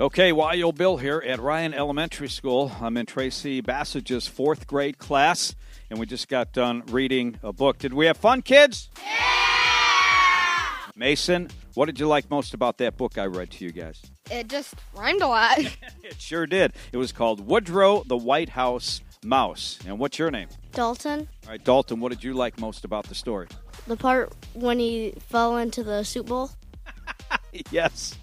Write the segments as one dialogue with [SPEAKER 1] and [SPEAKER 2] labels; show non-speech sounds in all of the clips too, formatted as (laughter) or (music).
[SPEAKER 1] Okay, YO Bill here at Ryan Elementary School. I'm in Tracy Bassage's fourth grade class, and we just got done reading a book. Did we have fun, kids? Yeah! Mason, what did you like most about that book I read to you guys?
[SPEAKER 2] It just rhymed a lot. (laughs)
[SPEAKER 1] It sure did. It was called Woodrow the White House Mouse. And what's your name?
[SPEAKER 3] Dalton,
[SPEAKER 1] All right, Dalton, what did you like most about the story?
[SPEAKER 3] the part when he fell into the soup bowl.
[SPEAKER 1] Yes.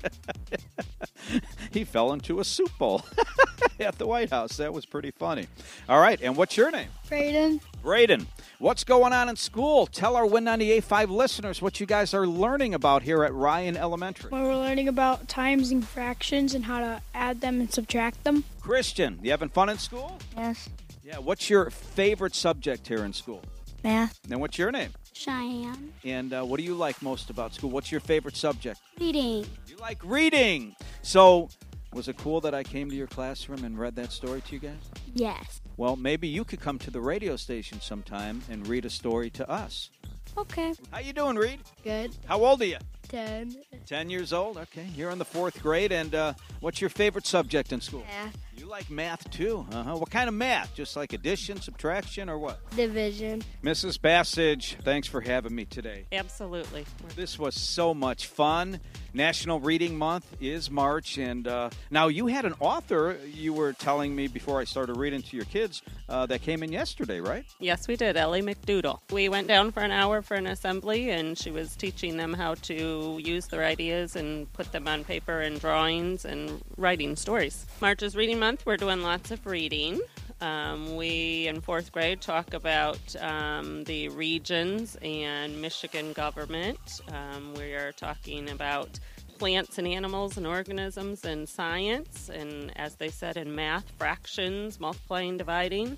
[SPEAKER 1] (laughs) he fell into a soup bowl (laughs) at the White House. That was pretty funny. All right, and what's your name?
[SPEAKER 2] Brayden,
[SPEAKER 1] Braden, what's going on in school? Tell our Win 98.5 listeners what you guys are learning about here at Ryan Elementary.
[SPEAKER 4] where we're learning about times and fractions and how to add them and subtract them.
[SPEAKER 1] Christian, you having fun in school?
[SPEAKER 3] Yes.
[SPEAKER 1] Yeah, what's your favorite subject here in school?
[SPEAKER 3] Math.
[SPEAKER 1] And what's your name?
[SPEAKER 3] Cheyenne.
[SPEAKER 1] And uh, what do you like most about school? What's your favorite subject?
[SPEAKER 3] Reading.
[SPEAKER 1] You like reading. So, was it cool that I came to your classroom and read that story to you guys?
[SPEAKER 3] Yes.
[SPEAKER 1] Well, maybe you could come to the radio station sometime and read a story to us.
[SPEAKER 3] Okay.
[SPEAKER 1] How you doing, Reed?
[SPEAKER 2] good.
[SPEAKER 1] How old are you?
[SPEAKER 2] 10.
[SPEAKER 1] 10 years old. Okay, you're in the fourth grade. And uh, what's your favorite subject in school?
[SPEAKER 2] Math,
[SPEAKER 1] You like math too. Uh huh. What kind of math? Just like addition, subtraction, or what?
[SPEAKER 2] division.
[SPEAKER 1] Mrs. Bassage, thanks for having me today.
[SPEAKER 5] Absolutely.
[SPEAKER 1] This was so much fun. National Reading Month is March. And uh, now you had an author you were telling me before I started reading to your kids uh, that came in yesterday, right?
[SPEAKER 5] Yes, we did. Ellie McDoodle. We went down for an hour for an assembly, and she was teaching them how to use their ideas and put them on paper and drawings and writing stories. March is Reading Month. We're doing lots of reading. Um, we in fourth grade talk about um, the regions and Michigan government. Um, we are talking about plants and animals and organisms and science, and as they said in math, fractions, multiplying, dividing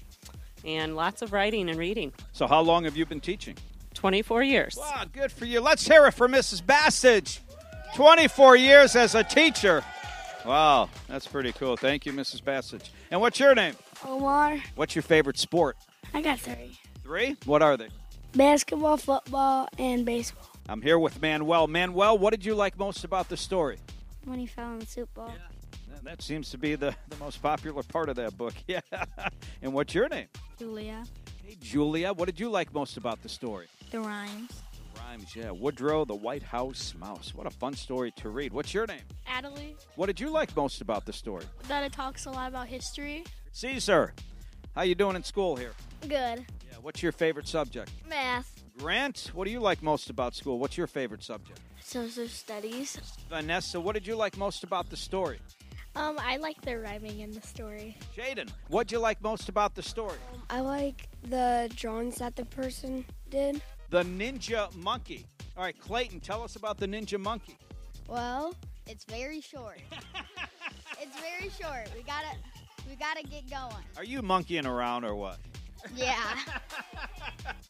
[SPEAKER 5] and lots of writing and reading.
[SPEAKER 1] So, how long have you been teaching?
[SPEAKER 5] 24 years.
[SPEAKER 1] Wow, Ah, good for you. Let's hear it for Mrs. Bassage. 24 years as a teacher. Wow, that's pretty cool. Thank you, Mrs. Bassage. And what's your name?
[SPEAKER 4] Omar,
[SPEAKER 1] What's your favorite sport?
[SPEAKER 4] I got three
[SPEAKER 1] Three? What are they?
[SPEAKER 4] basketball, football, and baseball.
[SPEAKER 1] I'm here with Manuel. Manuel, what did you like most about the story?
[SPEAKER 3] When he fell in the soup bowl.
[SPEAKER 1] That seems to be the, the most popular part of that book. (laughs) Yeah. and what's your name?
[SPEAKER 3] Julia.
[SPEAKER 1] Hey, Julia, what did you like most about the story?
[SPEAKER 3] The rhymes.
[SPEAKER 1] Rhymes, yeah. Woodrow, the White House Mouse. What a fun story to read. What's your name?
[SPEAKER 6] Adelie,
[SPEAKER 1] What did you like most about the story?
[SPEAKER 6] that it talks a lot about history.
[SPEAKER 1] Caesar, how you doing in school here?
[SPEAKER 3] Good.
[SPEAKER 1] Yeah, what's your favorite subject?
[SPEAKER 3] Math.
[SPEAKER 1] Grant, what do you like most about school? What's your favorite subject?
[SPEAKER 3] Social studies.
[SPEAKER 1] Vanessa, what did you like most about the story?
[SPEAKER 6] Um, I like the rhyming in the story.
[SPEAKER 1] Jaden, what did you like most about the story?
[SPEAKER 7] I like the drawings that the person did.
[SPEAKER 1] The ninja monkey. All right, Clayton, tell us about the ninja monkey.
[SPEAKER 2] Well, it's
[SPEAKER 3] (laughs)
[SPEAKER 2] very short. it's very short. We gotta, we gotta get going.
[SPEAKER 1] Are you monkeying around or what?
[SPEAKER 2] (laughs) Yeah.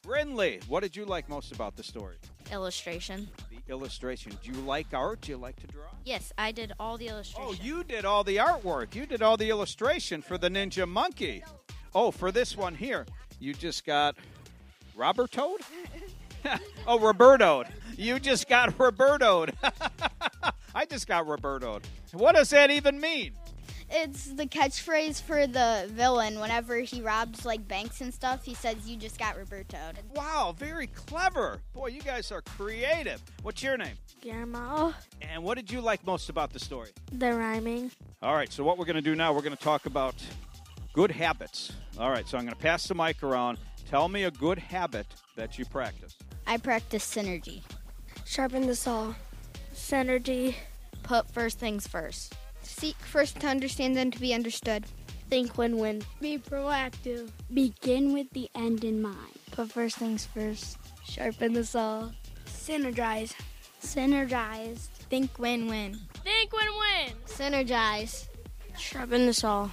[SPEAKER 1] Brinley, what did you like most about the story?
[SPEAKER 8] illustration.
[SPEAKER 1] The illustration. Do you like art? Do you like to draw?
[SPEAKER 8] Yes, I did all the illustration.
[SPEAKER 1] Oh, you did all the artwork. You did all the illustration for the Ninja Monkey. Oh, for this one here, you just got Robert Toad? (laughs) oh, Roberto. You just got (laughs) Roberto. I just got Roberto. What does that even mean?
[SPEAKER 3] Oh,
[SPEAKER 2] it's the catchphrase for the villain whenever he robs like banks and stuff. He says, "You just got Robertoed."
[SPEAKER 1] Wow, very clever. Boy, you guys are creative. What's your name?
[SPEAKER 3] Guillermo.
[SPEAKER 1] And what did you like most about the story?
[SPEAKER 3] The rhyming.
[SPEAKER 1] All right, so what we're going to do now, we're going to talk about good habits. All right, so I'm going to pass the mic around. Tell me a good habit that you practice.
[SPEAKER 2] I practice synergy.
[SPEAKER 7] Sharpen the saw.
[SPEAKER 3] Synergy.
[SPEAKER 8] Put first things first.
[SPEAKER 2] Seek first to understand, then to be understood.
[SPEAKER 3] Think win-win.
[SPEAKER 6] Be proactive.
[SPEAKER 9] Begin with the end in mind.
[SPEAKER 3] Put first things first.
[SPEAKER 7] Sharpen the saw.
[SPEAKER 4] Synergize.
[SPEAKER 9] Synergize.
[SPEAKER 2] Think win-win.
[SPEAKER 6] Think win win.
[SPEAKER 2] Synergize.
[SPEAKER 3] Sharpen the saw.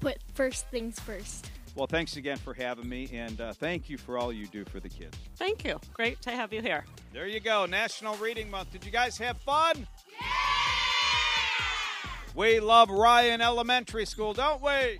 [SPEAKER 6] Put first things first.
[SPEAKER 1] Well, thanks again for having me, and uh, thank you for all you do for the kids.
[SPEAKER 5] Thank you. Great to have you here.
[SPEAKER 1] There you go, National Reading Month. Did you guys have fun? Yeah! We love Ryan Elementary School, don't we?